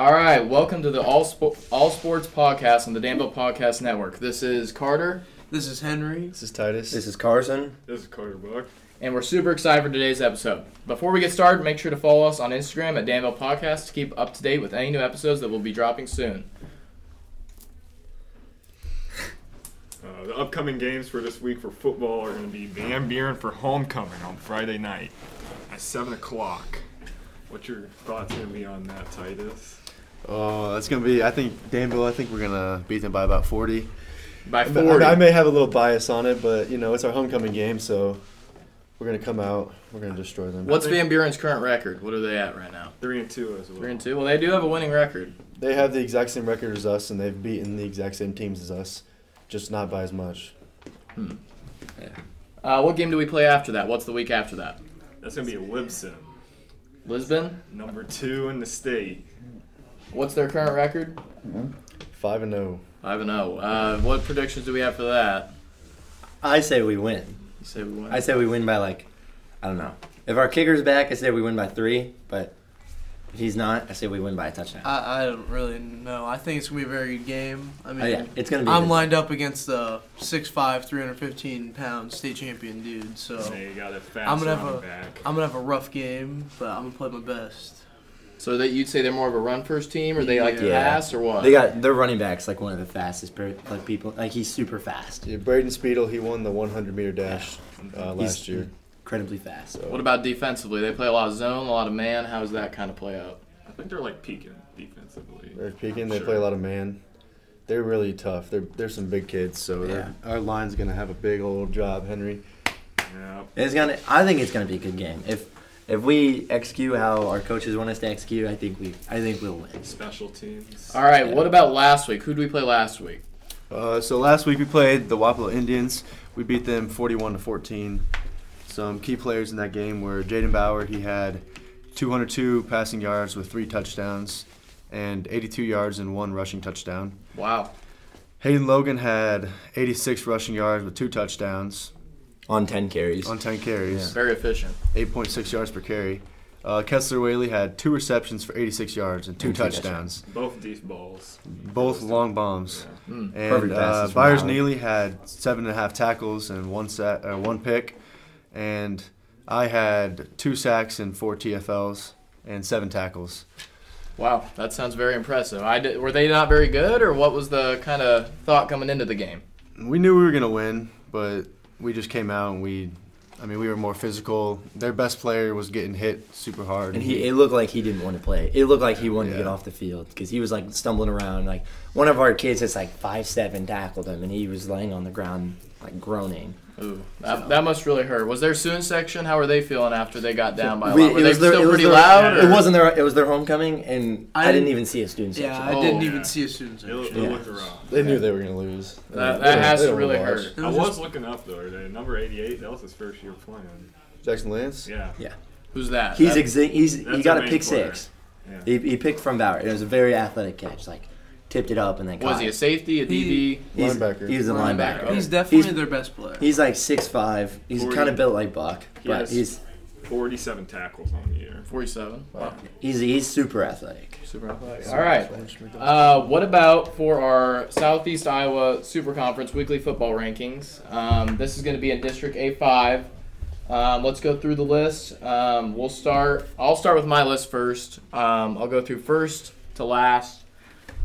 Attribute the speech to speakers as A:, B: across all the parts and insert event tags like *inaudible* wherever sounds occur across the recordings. A: Welcome to the All, Spo- All Sports Podcast on the Danville Podcast Network. This is Carter,
B: This is Henry.
C: This is Titus.
D: This is Carson.
E: This is Carter Buck.
A: and we're super excited for today's episode. Before we get started, make sure to follow us on Instagram at Danville Podcast to keep up to date with any new episodes that will be dropping soon.
E: Uh, the upcoming games for this week for football are going to be Van Buren for homecoming on Friday night at 7 o'clock. What's your thoughts going to be on that, Titus?
C: oh, that's gonna be. I think Danville. I think we're gonna beat them by about forty.
A: By
C: I
A: 40.
C: may- I may have a little bias on it, but you know it's our homecoming game, so we're gonna come out. We're gonna destroy them.
A: What's Van Buren's current record? What are they at right now?
E: 3 and 2 as well.
A: Three and two. Well, they do have a winning record.
C: They have the exact same record as us, and they've beaten the exact same teams as us, just not by as much.
A: Uh, what game do we play after that? What's the week after that?
E: That's going to be Libsyn,
A: Lisbon.
E: number 2 in the state.
A: What's their current record?
C: Five and oh. zero.
A: Five and zero. Uh, what predictions do we have for that?
D: I say we win.
A: You say we win.
D: I say we win by like, I don't know. If our kicker's back, I say we win by three. But if he's not, I say we win by a touchdown.
B: I, I don't really know. I think it's gonna be a very good game. I mean,
D: oh, yeah, it's gonna be.
B: I'm lined up against the 6'5", 315 pound state champion dude, so
E: And they got a fast
B: I'm gonna have
E: running
B: a-
E: back.
B: I'm gonna have a rough game, but I'm gonna play my best.
A: So that you'd say they're more of a run first team, or they like to
D: Yeah.
A: pass, or what?
D: They got their running backs like one of the fastest per, like people. Like he's super fast,
C: Yeah, Braden Speedle. He won the 100 meter dash uh, last
D: He's-
C: year.
D: incredibly fast.
A: what about defensively? They play a lot of zone, a lot of man. How does that kind of play out?
E: I think they're like peaking defensively.
C: They're peaking. They play a lot of man. They're really tough. They're they're some big kids, so they're- our line's gonna have a big old job, Henry.
E: Yeah.
D: It's gonna. I think it's gonna be a good game. If if we execute how our coaches want us to execute, I think we. I think we'll win.
E: Special teams.
A: All right. What about last week? Who did we play last week?
C: Uh, so last week we played the Wapello Indians. We beat them 41 to 14. Some key players in that game were Jaden Bauer. He had 202 passing yards with three touchdowns and 82 yards and one rushing touchdown.
A: Wow.
C: Hayden Logan had 86 rushing yards with two touchdowns
D: On ten carries.
C: on 10 carries,
A: Very efficient.
C: 8.6 yards per carry. Uh, Kessler Whaley had two receptions for 86 yards and two,
D: And two
C: touchdowns,
E: Both deep balls.
C: both long bombs.
A: Mm.
C: And
D: Perfect
C: uh,
D: passes from
C: Byers
D: Howard.
C: Neely had seven and a half tackles and one sack, uh, one pick, and I had two sacks and four TFLs and seven tackles.
A: Wow. That sounds very impressive. I did, were they not very good, or what was the kind of thought coming into the game?
C: We knew we were gonna win, but we just came out and we, I mean, we were more physical. Their best player was getting hit super hard.
D: And he, it looked like he didn't want to play. It looked like he wanted to get
C: Yeah.
D: off the field because he was like stumbling around. Like one of our kids that's like five seven tackled him, and he was laying on the ground like groaning.
A: Ooh, that, that must really hurt. Was their soon section? How were they feeling after they got down by a
D: We-
A: lot? Were
D: it
A: they
D: was their-
A: still
D: it was
A: pretty
D: their-
A: loud?
D: It
A: or-
D: wasn't their. It was their homecoming, and
B: I
D: I, didn't
B: didn't-
D: even see a student
B: Yeah,
D: section.
B: I didn't
E: yeah.
B: even see a student
E: It, looked-
B: section.
E: it
D: Yeah.
E: looked rough.
C: they knew they were gonna lose.
A: That,
C: They
A: that
C: don't-
A: has
C: they
A: to
C: don't
A: really
C: wanna watch.
A: hurt.
B: It
E: I
B: was
E: was
B: just-
E: looking up though today. Number 88. That was his first year playing.
C: Jackson Lance.
E: Yeah.
D: Yeah.
A: Who's that?
D: He's
A: That-
D: exi- he's
E: That's
D: he
E: our
D: got a
E: main
D: pick
E: player.
D: six.
E: Yeah.
D: He, he picked from Bauer. It was a very athletic catch. Like tipped it up and then
A: was
D: caught
A: he a
D: it.
A: safety, a DB?
D: He's-
C: Linebacker.
D: He was a
A: Linebacker.
D: linebacker.
A: Oh.
B: He's definitely
D: He's-
B: their best player.
D: He's like six five. He's
E: Forty.
D: kind of built like Buck,
E: He
D: but
E: has-
D: he's
E: 47 tackles on the year.
A: 47. Wow.
D: he's he's super athletic.
A: Super athletic. All right. Uh, what about for our Southeast Iowa Super Conference weekly football rankings? Um, this is going to be in District A5. Um, let's go through the list. Um, we'll start. I'll start with my list first. Um, I'll go through first to last.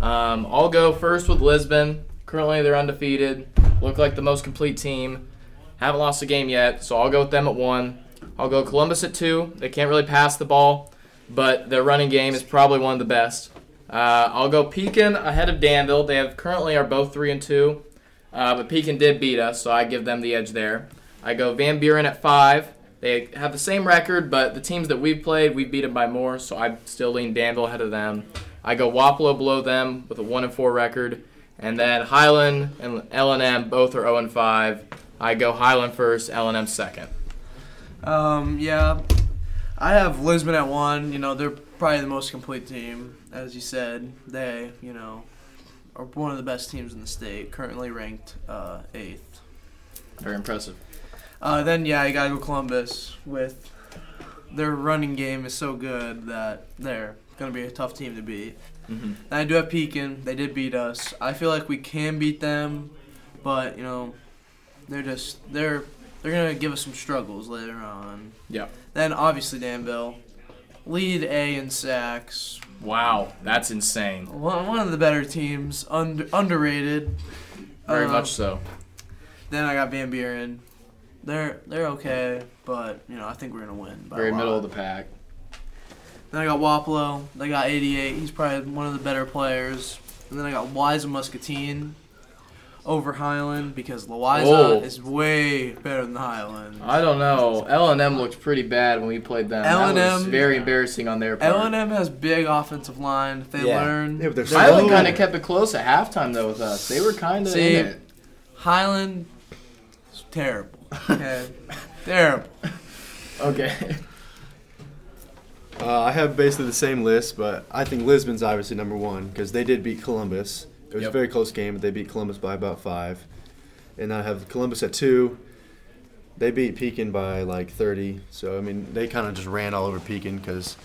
A: Um, I'll go first with Lisbon. Currently, they're undefeated. Look like the most complete team. Haven't lost a game yet, so I'll go with them at one. I'll go Columbus at two. They can't really pass the ball, but their running game is probably one of the best. Uh, I'll go Pekin ahead of Danville. They have currently are both three and two, uh, but Pekin did beat us, so I give them the edge there. I go Van Buren at five. They have the same record, but the teams that we've played, we beat them by more, so I still lean Danville ahead of them. I go Wapello below them with a one and four record, and then Highland and L and M both are zero and five. I go Highland first, L and M second.
B: Um, yeah, I have Lisbon at one. You know, they're probably the most complete team, as you said. They, you know, are one of the best teams in the state, currently ranked uh, eighth.
A: Very impressive.
B: Uh, then yeah, you gotta go Columbus with their running game is so good that they're going to be a tough team to beat.
A: Mhm.
B: And I do have Pekin. They did beat us. I feel like we can beat them, but you know, they're just they're they're going to give us some struggles later on.
A: Yeah.
B: Then obviously Danville, lead A in sacks.
A: Wow, that's insane.
B: One, one of the better teams, under, underrated.
A: Very
B: Um,
A: much so.
B: Then I got Van Buren. They're they're okay, but you know I think we're gonna win. By
A: Very
B: a lot.
A: middle of the pack.
B: Then I got Waplo. They got 88. He's probably one of the better players. And then I got Wise and Muscatine over Highland because Loiza
D: Oh.
A: Whoa.
B: is way better than Highland.
A: I don't know. L and M looked pretty bad when we played them. That was
B: L&M
A: very embarrassing on their part.
B: L and M has big offensive line. If they
D: Yeah.
B: learn,
C: Yeah, but they're
A: Highland
C: slow.
A: kind of kept it close at halftime though with us. They were kind of
B: See?
A: in it.
B: Highland is terrible.
A: *laughs*
B: Okay, terrible.
C: *laughs*
A: Okay.
C: Uh, I have basically the same list, but I think Lisbon's obviously number one because they did beat Columbus. It was
A: Yep.
C: a very close game, but they beat Columbus by about five. And I have Columbus at two. They beat Pekin by like 30. So, I mean, they kind of just ran all over Pekin because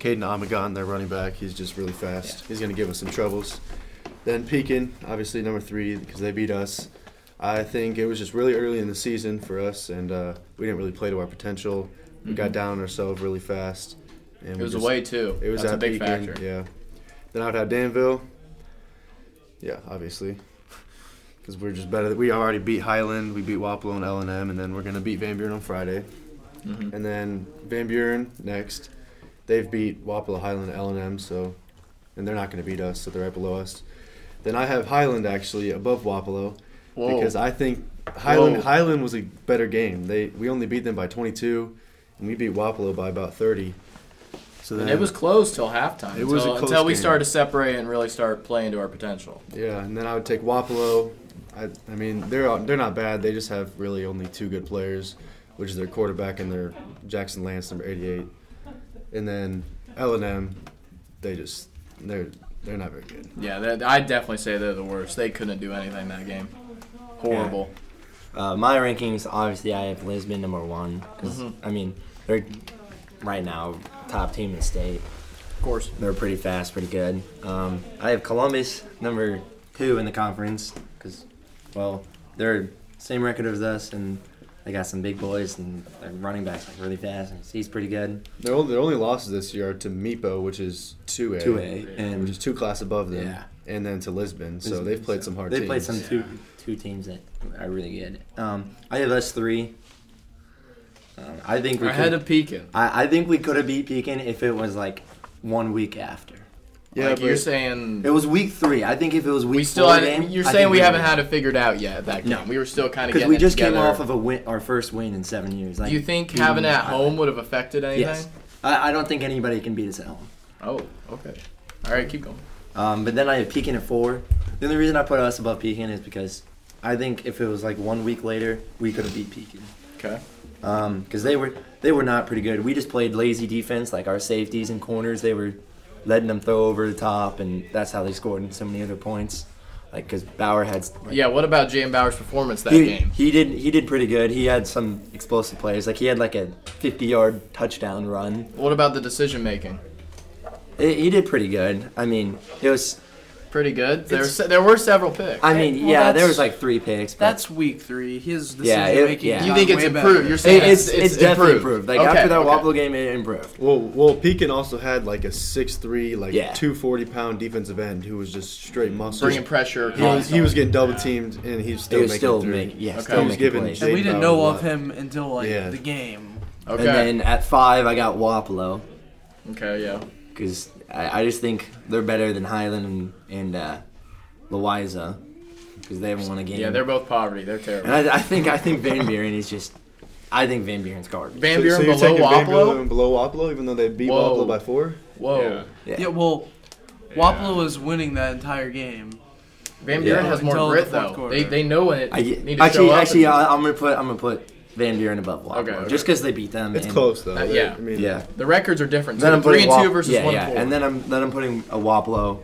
C: Caden Amagon, their running back, he's just really fast. He's going to give us some troubles. Then Pekin, obviously number three because they beat us. I think it was just really early in the season for us, and uh, we didn't really play to our potential. We got down on ourselves really fast. And
A: Mm-hmm. It
C: we
A: was
C: just-
A: away too.
C: it was
A: That's
C: at
A: a big
C: Pekin,
A: factor.
C: Yeah. Then I would have Danville. Yeah, obviously, because we're just better. We already beat Highland, we beat Wapello and L and M, and then we're gonna beat Van Buren on Friday.
A: Mhm.
C: And then Van Buren next. They've beat Wapello, Highland, L and M, so, and they're not gonna beat us, so they're right below us. Then I have Highland actually above Wapello
A: Whoa.
C: because I think Highland
A: Whoa.
C: Highland was a better game. They we only beat them by 22, and we beat Wapello by about 30. So then
A: and it was close till halftime.
C: It was a
A: until,
C: close
A: until we
C: game.
A: started to separate and really start playing to our potential.
C: Yeah, and then I would take Wapello. I, I mean, they're all, they're not bad. They just have really only two good players, which is their quarterback and their Jackson Lance, number 88. And then L and M, they just they're they're not very good.
A: Yeah, that- I'd definitely say they're the worst. They couldn't do anything that game. Horrible.
D: Uh, my rankings, obviously, I have Lisbon number one. 'cause, I mean, they're right now top team in the state.
A: Of course.
D: They're pretty fast, pretty good. Um, I have Columbus number two in the conference because, well, they're same record as us, and they got some big boys, and their running backs like really fast, and he's pretty good.
C: Their only, their only losses this year are to Meepo, which is two A,
D: Two A,
C: which is
D: and
C: two class above them,
D: Yeah.
C: and then to Lisbon. So they've played some hard.
D: they
C: teams.
D: played some two two teams that are really good. Um, I have us three. Um, I think we
A: We're ahead
D: could,
A: of Pekin.
D: I, I think we could have beat Pekin if it was like one week after.
C: Yeah,
A: like
C: but
A: you're saying
D: It was week three. I think if it was week
A: we still
D: four
A: had,
D: game,
A: you're
D: I
A: saying
D: think
A: we haven't
D: would've-
A: had it figured out yet that game.
D: No.
A: We were still kind of
D: Because
A: getting
D: we
A: it
D: just came
A: together.
D: off of a win, our first win in seven years. Like,
A: Do you think
D: mm,
A: having it at
D: I-
A: home would have affected anything?
D: Yes. I, I don't think anybody can beat us at home.
A: Oh, okay. All right, keep going.
D: Um, but then I have Pekin at four. The only reason I put us above Pekin is because I think if it was like one week later, we could have beat Pekin.
A: Okay.
D: Because Um, they were they were not pretty good. We just played lazy defense, like our safeties and corners. They were letting them throw over the top, and that's how they scored so many other points. Like because Bauer had like,
A: Yeah, what about Jam Bauer's performance that
D: he,
A: game?
D: he did he did pretty good. He had some explosive plays. Like he had like a 50 yard touchdown run.
A: What about the decision making?
D: He- he did pretty good. I mean, it was.
A: Pretty good. There,
D: It's-
A: se- there were several picks.
D: I mean,
B: Well,
D: yeah, there
B: that's-
D: was like three picks. But
B: That's week three. His decision
D: Yeah, it-
B: making.
D: yeah.
A: you think it's improved? You're
D: it,
A: saying
D: it's, it's, definitely improved. Like
A: Okay,
D: after that
A: okay.
D: Wapello game, it improved.
C: Well, well, Pekin also had like a six-three, like
D: Yeah.
C: two forty-pound defensive end who was just straight muscle.
A: bringing pressure.
C: He was, he was getting double teamed, and he was still
D: It was
C: making
D: still
C: three.
D: making, yeah,
A: Okay.
D: still
A: He
C: was
D: making
C: given
D: plays.
C: Jay-
B: And we didn't know of him until like
C: Yeah.
B: the game.
A: okay.
D: And then at five, I got Wapello
A: okay. Yeah.
D: because I, I just think they're better than Highland and and uh, Loiza because they haven't won a game.
A: Yeah. They're both poverty. They're terrible.
D: And I, I think I think Van Buren is just. I think Van Buren's garbage.
A: Van Buren
C: you're
A: below
C: taking Van Buren
A: Wapello.
C: below Wapello, even though they beat
A: Whoa.
C: Wapello by four.
A: Whoa.
E: Yeah.
D: Yeah.
B: Yeah, well, Wapello was winning that entire game.
A: Van Buren
D: Yeah.
A: has more
B: Until the
A: grit
B: fourth
A: though.
B: quarter.
A: They they know when it
D: I,
A: need to
D: actually,
A: show up.
D: actually, uh,
A: and-
D: I, I'm gonna put I'm gonna put Van Buren above Wapello
A: Okay, okay.
D: just because they beat them.
C: It's
D: and-
C: close though.
A: Uh,
C: They-
A: yeah.
C: I mean,
D: Yeah.
A: the records are different. So
D: Then I'm
A: three
D: putting
A: and two
D: Wap-
A: versus
D: yeah,
A: one
D: yeah.
A: and four.
D: and then I'm then I'm putting a Wapello,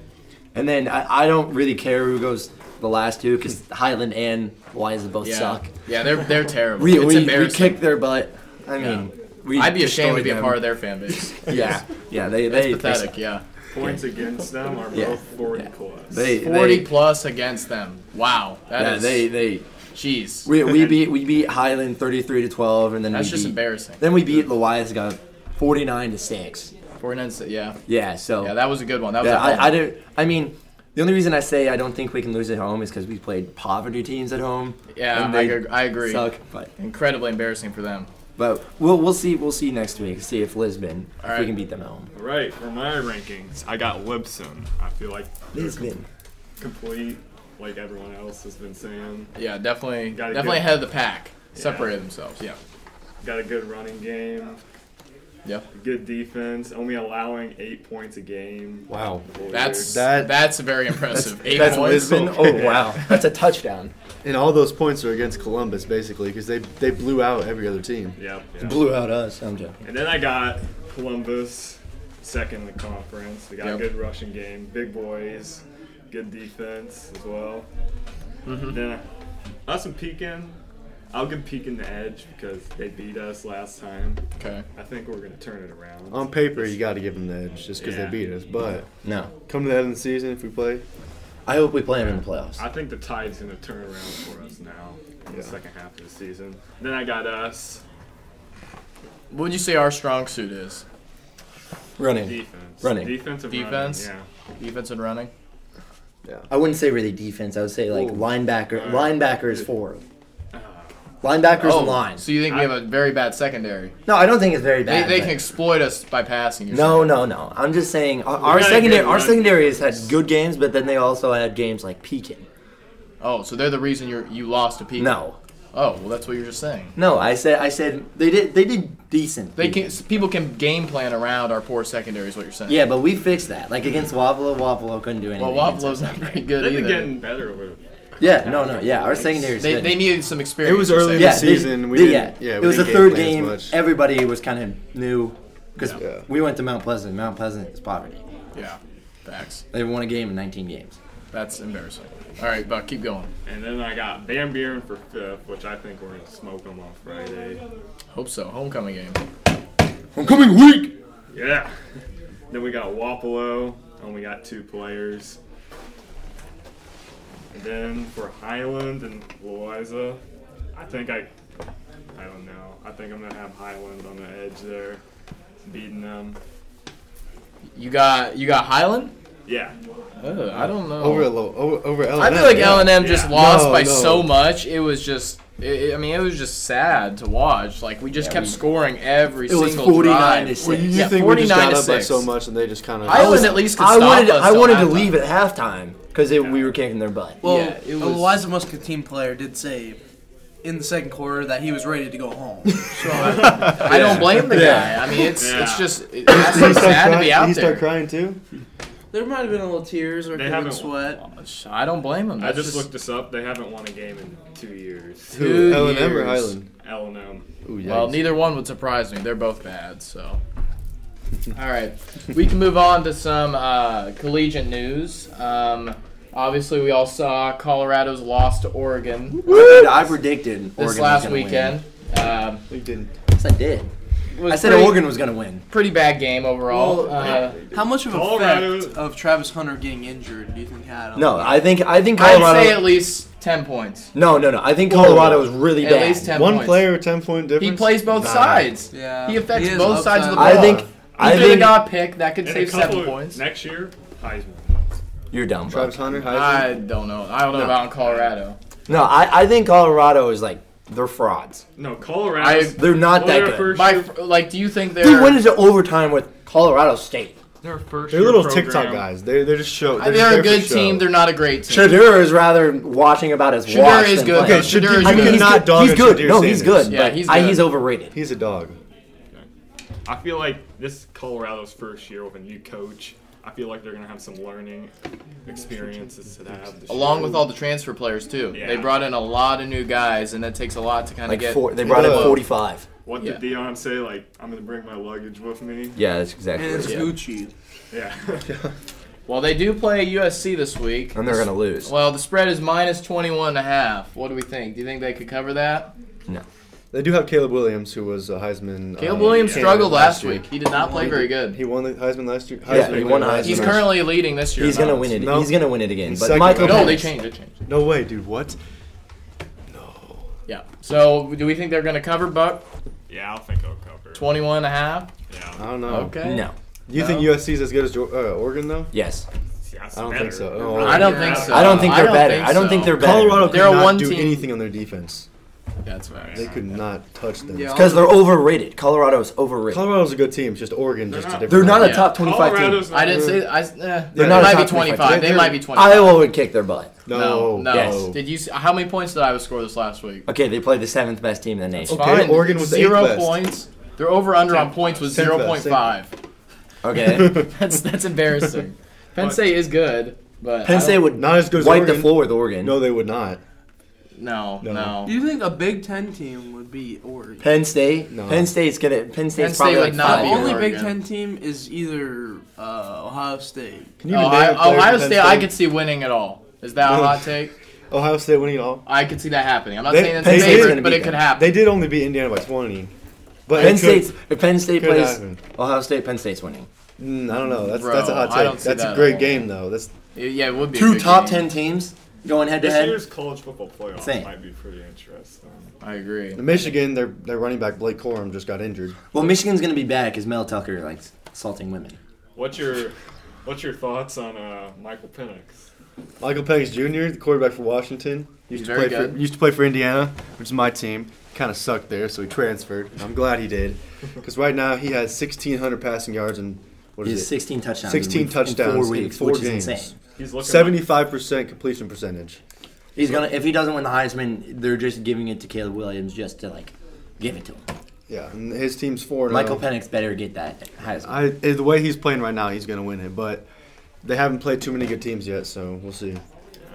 D: and then I, I don't really care who goes the last two because Highland and Wise both
A: yeah.
D: suck.
A: Yeah. They're
D: *laughs*
A: they're terrible.
D: We,
A: it's
D: we, we
A: embarrassing.
D: kicked their butt. I mean, we
A: I'd be ashamed to
D: destroyed
A: be a
D: them.
A: part of their fan base.
D: *laughs* Yeah, yeah, they
A: That's
D: they they
A: pathetic. Yeah.
D: suck.
E: Points against them are
D: Yeah.
E: both 40 plus.
D: They,
A: Forty
D: they,
A: plus against them. Wow,
D: yeah,
A: that is.
D: they, they,
A: jeez,
D: we, we beat, we beat Highland 33 to 12, and then
A: that's
D: we
A: just
D: beat,
A: embarrassing.
D: Then we beat Lewis got 49 to six.
A: Forty nine. Yeah,
D: Yeah, so
A: yeah, that was a good one. That was.
D: Yeah,
A: a home.
D: I, I don't. I mean, the only reason I say I don't think we can lose at home is because we played poverty teams at home.
A: Yeah,
D: and
A: I,
D: they
A: ag- I agree.
D: Suck, but
A: Incredibly embarrassing for them.
D: but we'll we'll see we'll see next week. See if Lisbon if
A: Alright.
D: we can beat them at home.
E: All right, for my rankings, I got Libsyn. I feel like they're
D: Lisbon.
E: com- complete, like everyone else has been saying.
A: Yeah, definitely,
E: Gotta
A: definitely
E: do it.
A: ahead of the pack. Separated themselves. Yeah,
E: Got a good running game,
A: yeah.
E: good defense, only allowing eight points a game.
D: Wow.
A: That's
C: That-
A: that's very impressive. Eight
C: that's
A: points.
C: Lisbon.
D: *laughs* Oh wow, that's a touchdown.
C: And all those points are against Columbus, basically, because they, they blew out every other team.
E: Yep. yep.
D: Blew out us. I'm joking.
E: And then I got Columbus, second in the conference. They got
A: Yep.
E: a good rushing game, big boys, good defense as well. Then us and Pekin, I'll give Pekin the edge because they beat us last time.
A: Okay.
E: I think we're gonna turn it around.
C: On paper, you got to give them the edge just because
E: Yeah.
C: they beat us. But
D: No,
C: come to the end of the season, if we play,
D: I hope we play them in the playoffs.
E: I think the tide's gonna turn around for us now in the
C: Yeah.
E: second half of the season. Then I got us
A: What would you say our strong suit is?
D: Running.
E: defense,
D: Running.
E: defense, and
A: Defense?
E: Running.
A: Defense and running.
D: I wouldn't say really defense. I would say like
C: Ooh.
D: linebacker.
E: Alright.
D: Linebacker is four.
A: Uh,
D: Linebackers and line.
A: Oh, so you think we have a very bad secondary?
D: No, I don't think it's very
A: They,
D: bad.
A: they
D: but-
A: can exploit us by passing. you're
D: No, no, no. I'm just saying our, our
E: got a
D: secondary,
E: good
D: our
E: run.
D: secondaries had good games, but then they also had games like Pekin.
A: saying. Oh, so they're the reason you you lost to Pekin.
D: No,
A: Oh, well, that's what you're just saying.
D: no. I said, I said they did, they did decent.
A: They can people can game plan around our poor secondary is what you're saying.
D: Yeah, but we fixed that. Like against Wapello, Wapello couldn't do
A: Well,
D: anything. against
A: Wapello's
D: us.
A: not very good
E: They've
A: either.
E: been getting better over. the-
D: Yeah, no, no. Yeah, our secondaries.
A: they,
D: good.
A: they needed some experience.
C: it was
A: you're
C: early
A: saying.
C: in the
D: yeah, they-
C: season. we
D: they-
C: didn't, yeah.
D: yeah,
C: we
D: it was the
C: didn't
D: third
C: game.
D: game. Everybody was kind of new because
C: Yeah.
D: we went to Mount Pleasant. Mount Pleasant is poverty.
A: Yeah. Facts.
D: They won a game in 19 games.
A: That's embarrassing. All right, Buck, keep going.
E: And then I got Van Buren for fifth, which I think we're gonna smoke them on Friday.
A: Hope so. Homecoming game.
D: Homecoming week.
E: Yeah. Then we got Wapello. Only got two players. And then for Highland and Loiza, I think I, I don't know. I think I'm gonna have Highland on the edge there, beating them.
A: You got you got Highland.
E: Yeah.
A: Ugh, I don't know.
C: Over, a lo- over, over L&M.
A: I feel like L and M just
E: Yeah.
A: lost
C: No,
A: by
C: no.
A: so much. It was just. It, it- I mean, it was just sad to watch. Like we just kept scoring every
D: It
A: single
D: was 49
A: drive.
D: to six.
C: Well, you
A: Yeah,
C: think we
A: 49
C: just got
A: to
C: up by
A: six.
C: so much and they just kind of.
A: I was- at least could
D: I
A: stop
D: wanted,
A: us
D: I
A: till
D: wanted to
A: halftime.
D: leave at halftime because we were kicking their butt.
B: Well,
A: Yeah, it was-
B: Eliza Muscatine player did say in the second quarter that he was ready to go home. So I,
A: I don't blame the
D: Yeah.
A: guy. I mean, it's
E: Yeah.
A: it's just it, that's so
C: Did he start
A: sad to
C: crying-
A: be out
C: did he start
A: there.
C: crying too?
B: *laughs* there might have been a little tears or
E: They
B: a
E: haven't-
B: sweat.
A: I don't blame him.
E: I
A: That's
E: just looked this up. They haven't won a game in
A: *laughs*
E: two years.
A: Two
C: L and M or
A: years.
C: Highland?
E: L and M.
C: Ooh,
A: Well,
C: yikes.
A: neither one would surprise me. They're both bad. So, all right, we can move on to some uh, collegiate news. Um, obviously, we all saw Colorado's loss to Oregon
D: Dude, I predicted Oregon
A: this
D: was
A: last
D: gonna win.
A: weekend. Um,
C: We didn't.
D: Yes, I did.
A: it was
D: I said
A: pretty-
D: Oregon was gonna win.
A: pretty bad game overall.
B: Well,
A: uh,
B: How much of a
E: Colorado-
B: fact of Travis Hunter getting injured do you think had on
D: No,
B: it?
D: I think I think
A: I'd
D: Colorado.
A: say at least ten points.
D: no, no, no. I think Colorado was really
A: At
D: bad.
A: least ten
C: One
A: points.
C: player, ten point difference.
A: He plays both
C: Nah.
A: sides.
B: Yeah.
A: He affects
B: He is
A: both sides of the ball.
D: I think. I
A: I think
D: think
A: got picked. That could
E: And
A: save
E: a couple
A: seven
E: of-
A: points.
E: next year. Heisman.
D: you're dumb. Bro.
C: Travis Hunter, Heisman.
A: I don't know. I don't know about Colorado.
D: No, I, I think Colorado is like they're frauds.
E: No, Colorado.
A: I-
D: They're not that good.
E: First
A: My
E: year,
A: fr- like, do you think they're?
D: He went into overtime with Colorado State.
E: their first
C: they're
E: year
C: little
E: program.
C: TikTok guys. They're they're just show.
A: uh, they're,
C: They're, just there
A: a good
C: for show.
A: team. They're not a great team.
D: Shadur is rather watching about his
A: Shadur
D: watch
A: is
D: than
A: good.
D: playing.
A: Okay, Shadur is
D: I mean,
A: good.
D: he's
C: Not
D: good.
C: dogging
D: He's good.
C: Shadur
D: No, he's
C: Sanders.
D: good.
A: Yeah,
D: but
A: he's
D: I,
A: good.
D: he's overrated.
C: He's a dog.
E: I feel like this Colorado's first year with a new coach. I feel like they're gonna have some learning experiences to have. this
A: Along
E: year.
A: with all the transfer players too,
E: Yeah.
A: they brought in a lot of new guys, and that takes a lot to kind of
D: Like
A: get.
D: four, they brought in
C: Yeah.
D: 45.
E: what did Dion say? Like, I'm gonna bring my luggage with me.
D: Yeah, that's exactly.
B: And it's
A: Yeah.
B: Gucci.
D: *laughs*
E: Yeah.
A: Well, they do play USC this week.
D: And they're gonna lose. Uh,
A: Well, the spread is minus 21 and a half. What do we think? Do you think they could cover that?
D: No.
C: They do have Caleb Williams, who was a Heisman.
A: Caleb
C: uh,
A: Williams
C: candidate
A: struggled last
C: year.
A: week. He did not play very good.
C: He won the Heisman last year.
D: Yeah, he won Heisman.
A: He's currently leading this year.
D: He's gonna
A: not-
D: win it.
C: No.
D: He's gonna win it again.
C: He's
D: But
C: second.
D: Michael,
A: No, they
D: Penix-
A: changed. They changed.
C: No way, dude. What?
A: Yeah. So do we think they're going to cover Buck
E: Yeah, I'll think I'll cover.
A: 21 and a half?
C: I
E: Yeah,
C: don't know.
A: Okay.
D: No.
C: You think
A: Oh, No.
C: USC's as good as Geor- uh, Oregon though?
D: Yes.
E: that's
C: I don't
E: better.
C: think so.
D: Oh.
C: No.
A: I don't think so.
D: I don't think
A: I
D: they're
A: don't
D: better.
A: think
D: I don't
A: so.
D: think they're better.
C: Colorado could
A: They're a
C: not
A: one
C: do
A: team.
C: anything on their defense.
A: That's right.
C: They could not touch them.
B: Yeah.
D: because they're overrated. Colorado's overrated.
C: Colorado's a good team. It's just Oregon, just a
E: not.
C: different.
D: they're not
A: Yeah.
D: a top twenty-five
E: Colorado's
D: team.
E: not
A: I didn't
E: good.
A: say. I, uh,
C: They're
A: they
C: not
A: might
D: a
A: be
D: top 25.
A: 25. They
C: They're-
A: might be 25.
D: Iowa would kick their butt.
A: No,
C: No,
A: no.
D: Yes.
A: Did you? s- How many points did Iowa score this last week?
D: Okay, they played the seventh best team in the nation.
C: Okay, Oregon was
A: zero
C: eighth best.
A: points. Their over under on points was
C: Tenth
A: zero
C: best,
A: point
C: same.
A: five.
C: *laughs*
D: Okay,
A: That's that's embarrassing. *laughs* Penn State is good, but I
D: Penn State
A: don't-
D: would
C: Not as good as
D: wipe the
C: Oregon.
D: floor with Oregon.
C: No, they would not.
A: No,
C: No.
A: no.
B: Do you think a Big Ten team would be Oregon?
D: Penn State.
C: No.
D: Penn State's gonna. Penn State's
A: State
D: probably
A: would
D: like
A: not
B: The
A: be
D: five.
B: only Big
A: Oregon.
B: Ten team is either uh, Ohio State.
C: Can even name
A: Ohio,
C: a player from
A: Ohio
C: Penn
A: State, I could see winning it all. Is that a
C: No.
A: hot take?
C: Ohio State winning it all.
A: I could see that happening. I'm not
C: They-
A: saying it's
C: Penn
A: a
C: State's
A: favorite,
D: gonna
A: but
D: beat
A: it could
D: them.
A: happen.
C: They did only beat Indiana by 20. But it
D: Penn
C: could-
D: State's if Penn State
C: could
D: plays
C: happen.
D: Ohio State, Penn State's winning.
C: Mm, I don't know. That's
A: Bro,
C: that's a hot
A: I don't
C: take.
A: see
C: That's
A: that at
C: a
A: all.
C: great game though. That's
A: yeah, it would be a
D: Two
A: big
D: top
A: game.
D: ten teams going head to
E: This
D: head.
E: year's college football playoff
D: Same.
E: might be pretty interesting.
A: I agree.
C: Michigan. Their their running back Blake Corum just got injured.
D: Well, Michigan's gonna be bad because Mel Tucker likes assaulting women.
E: What's your What's your thoughts on uh, Michael Penix?
C: Michael Penix Jr., the quarterback for Washington,
A: He's
C: used to
A: very
C: play for
A: good.
C: used to play for Indiana, which is my team. Kind of sucked there, so he transferred. I'm glad he did, because right now he has 1,600 passing yards and what
D: He has
C: is it?
D: 16 touchdowns.
C: 16
D: in,
C: touchdowns
D: in
C: in
D: four weeks,
C: four
D: which
C: games.
D: is insane.
E: He's looking
C: 75% completion percentage.
D: He's gonna if he doesn't win the Heisman, they're just giving it to Caleb Williams just to like give it to him.
C: Yeah, and oh. his team's four.
D: Michael Penix better get that Heisman.
C: uh, I, eh, the way he's playing right now, he's gonna win it. But they haven't played too many good teams yet, so we'll see.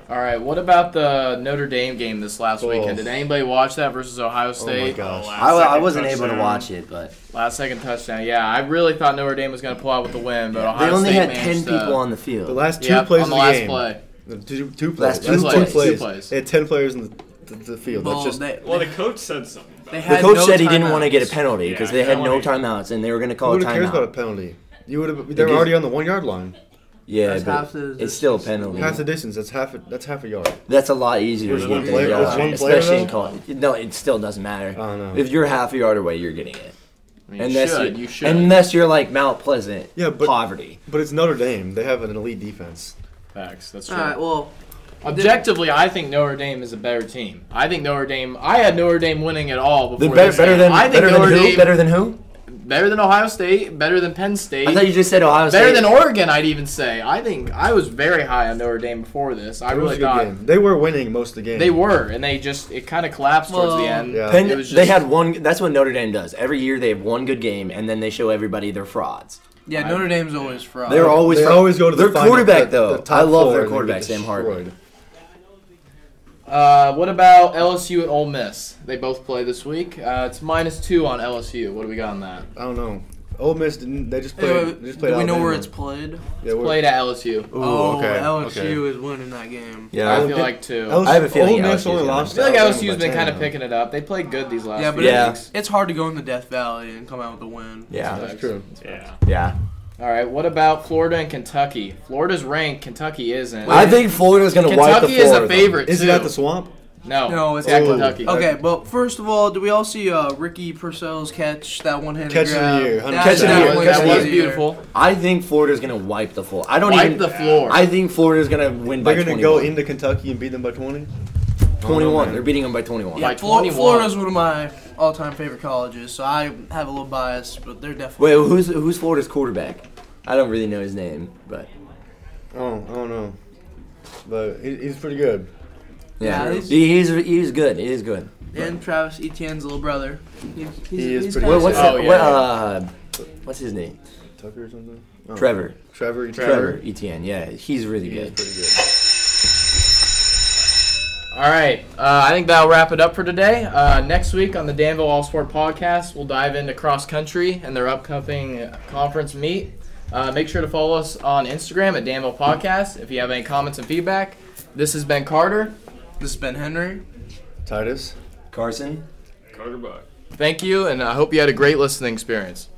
A: All right, what about the Notre Dame game this last
C: Oh.
A: weekend? Did anybody watch that versus Ohio
C: Oh my
A: State?
E: Oh,
C: gosh.
E: last
D: I, wa- I
E: second
D: wasn't able to
E: touchdown.
D: watch it, but
A: Last second touchdown. Yeah, I really thought Notre Dame was going to pull out with the win, but Ohio
D: they only
A: State
D: had
A: managed
D: 10
A: to-
D: people on the field.
C: The last two
A: Yep,
C: plays
A: on the
C: of the
A: last
C: game.
A: play.
C: The Two, two plays.
D: Last two
C: That's
D: plays.
A: Two plays.
C: They had ten players in the, the, the field.
B: Well,
C: That's just
B: they,
E: Well, the coach said something. About
B: they
E: it.
D: the
B: had
D: coach
B: no
D: said he didn't
B: timeouts.
D: want to get a penalty because
E: Yeah,
D: they
E: you
D: had
E: don't
D: no
E: wanna-
D: timeouts and they were going to call
C: who
D: a
C: cares about a
D: timeout.
C: penalty? You would have. They were
D: gives-
C: already on the one yard line.
D: Yeah,
B: That's half
D: but
B: the
D: it's still a
B: distance.
D: penalty.
C: Half the distance. That's half. A, that's half a yard.
D: That's a lot easier
C: Was
D: to
C: one
D: get than
C: player-
D: a
C: was
D: yard,
C: one player
D: especially in
C: though?
D: college. No, it still doesn't matter.
C: I don't know.
D: If you're half a yard away, you're getting it.
A: I mean, you
D: unless
A: should.
D: you
A: You should.
D: unless you're like Mount Pleasant,
C: Yeah, but-
D: poverty.
C: But it's Notre Dame. They have an elite defense.
A: Facts. That's true.
B: All right, well,
A: Objectively, I think Notre Dame is a better team. I think Notre Dame. I had Notre Dame winning at all before.
D: better,
A: this game.
D: better than
A: I think
D: better than
A: Notre
D: who?
A: Dame
D: Better than who?
A: better than Ohio State, better than Penn State,
D: I thought you just said Ohio State.
A: better than Oregon. I'd even say. I think I was very high on Notre Dame before this. I
C: It was
A: really
C: a good
A: thought
C: game. They were winning most of the game.
A: they were, and they just it kind of collapsed towards
B: Well,
A: the end.
C: Yeah.
D: Penn,
A: It was
D: they
A: just-
D: had one. That's what Notre Dame does. Every year they have one good game, and then they show everybody they're frauds.
B: yeah, Notre Dame's always fraud.
D: They're always
C: They
D: fra-
C: always go to the
D: their
C: final-
D: quarterback
C: the-
D: though.
C: the top
D: I love
C: four, and
D: their
C: they get
D: quarterback Sam Hartman.
C: destroyed.
A: Uh, what about LSU and Ole Miss? They both play this week. Uh, it's minus two on LSU. What do we got on that?
C: I don't know. Ole Miss didn't. They just
B: Hey,
C: played.
B: wait,
C: they just
B: do
C: played
B: we know where
C: Alabama.
B: it's played?
C: Yeah, where-
A: Played at LSU.
C: Ooh,
B: oh,
C: okay,
B: LSU
C: okay.
B: is winning that game.
D: Yeah,
A: I
C: Alabama-
A: feel like two.
C: LSU
A: I
D: I have a feeling
C: Ole Miss
D: LSU 's
C: only
D: gonna
C: lost.
A: feel like
C: to
A: LSU's
C: Alabama
A: been
C: by
A: kind of
C: 10.
A: picking it up. They played good these last.
B: Yeah, but
A: few
D: Yeah.
A: weeks.
B: It's, it's hard to go in the Death Valley and come out with a win.
D: Yeah,
C: That's true.
E: Yeah.
D: yeah.
A: All right. What about Florida and Kentucky? Florida's ranked. Kentucky isn't.
D: I think Florida's going to wipe the
A: Kentucky
D: floor.
A: is a
D: with them.
A: favorite
C: Is
A: too.
C: it at the swamp?
A: No,
B: No, it's
A: at
C: Ooh.
A: Kentucky.
B: Okay, but first of all, do we all see uh, Ricky Purcell's catch that one-handed
C: Catch of the
B: grab?
C: year,
B: That
C: 100%.
A: That, was,
D: Yeah,
B: definitely
A: that
D: Kentucky
A: was
D: is
B: the year.
A: beautiful.
D: I think Florida's going to wipe the floor. I don't
A: Wipe
D: even.
A: the floor.
D: I think Florida's going to win by
C: They're gonna
D: 21.
C: go into Kentucky and beat them by 20.
D: 21. They're beating them by 21.
B: Yeah,
A: Like
B: Flo-
A: 21.
B: Florida's one of my all-time favorite colleges, so I have a little bias, but they're definitely.
D: Wait, who's who's Florida's quarterback? I don't really know his name, but
C: Oh, I don't know, but he, he's pretty good.
D: yeah,
B: Yeah,
D: he's,
B: he's-
D: he's he's good. He is good.
B: and Travis Etienne's little brother. He's, he's,
C: He is
B: he's
C: pretty
D: What,
B: kinda
D: what's
A: Oh,
D: that?
A: yeah,
D: what,
A: yeah.
D: uh, what's his name?
C: Tucker or something. Oh.
D: Trevor.
C: Trevor.
D: Trevor.
C: Trevor.
D: Etienne. Yeah, he's really
C: He's
D: good.
C: pretty good.
A: All right, uh, I think that'll wrap it up for today. Uh, next week on the Danville All Sport Podcast, we'll dive into cross country and their upcoming conference meet. Uh, make sure to follow us on Instagram at Danville Podcast if you have any comments and feedback. This has been Carter.
B: This is Ben Henry.
C: Titus.
D: Carson.
E: Coach Cutter Buck.
A: Thank you, and I hope you had a great listening experience.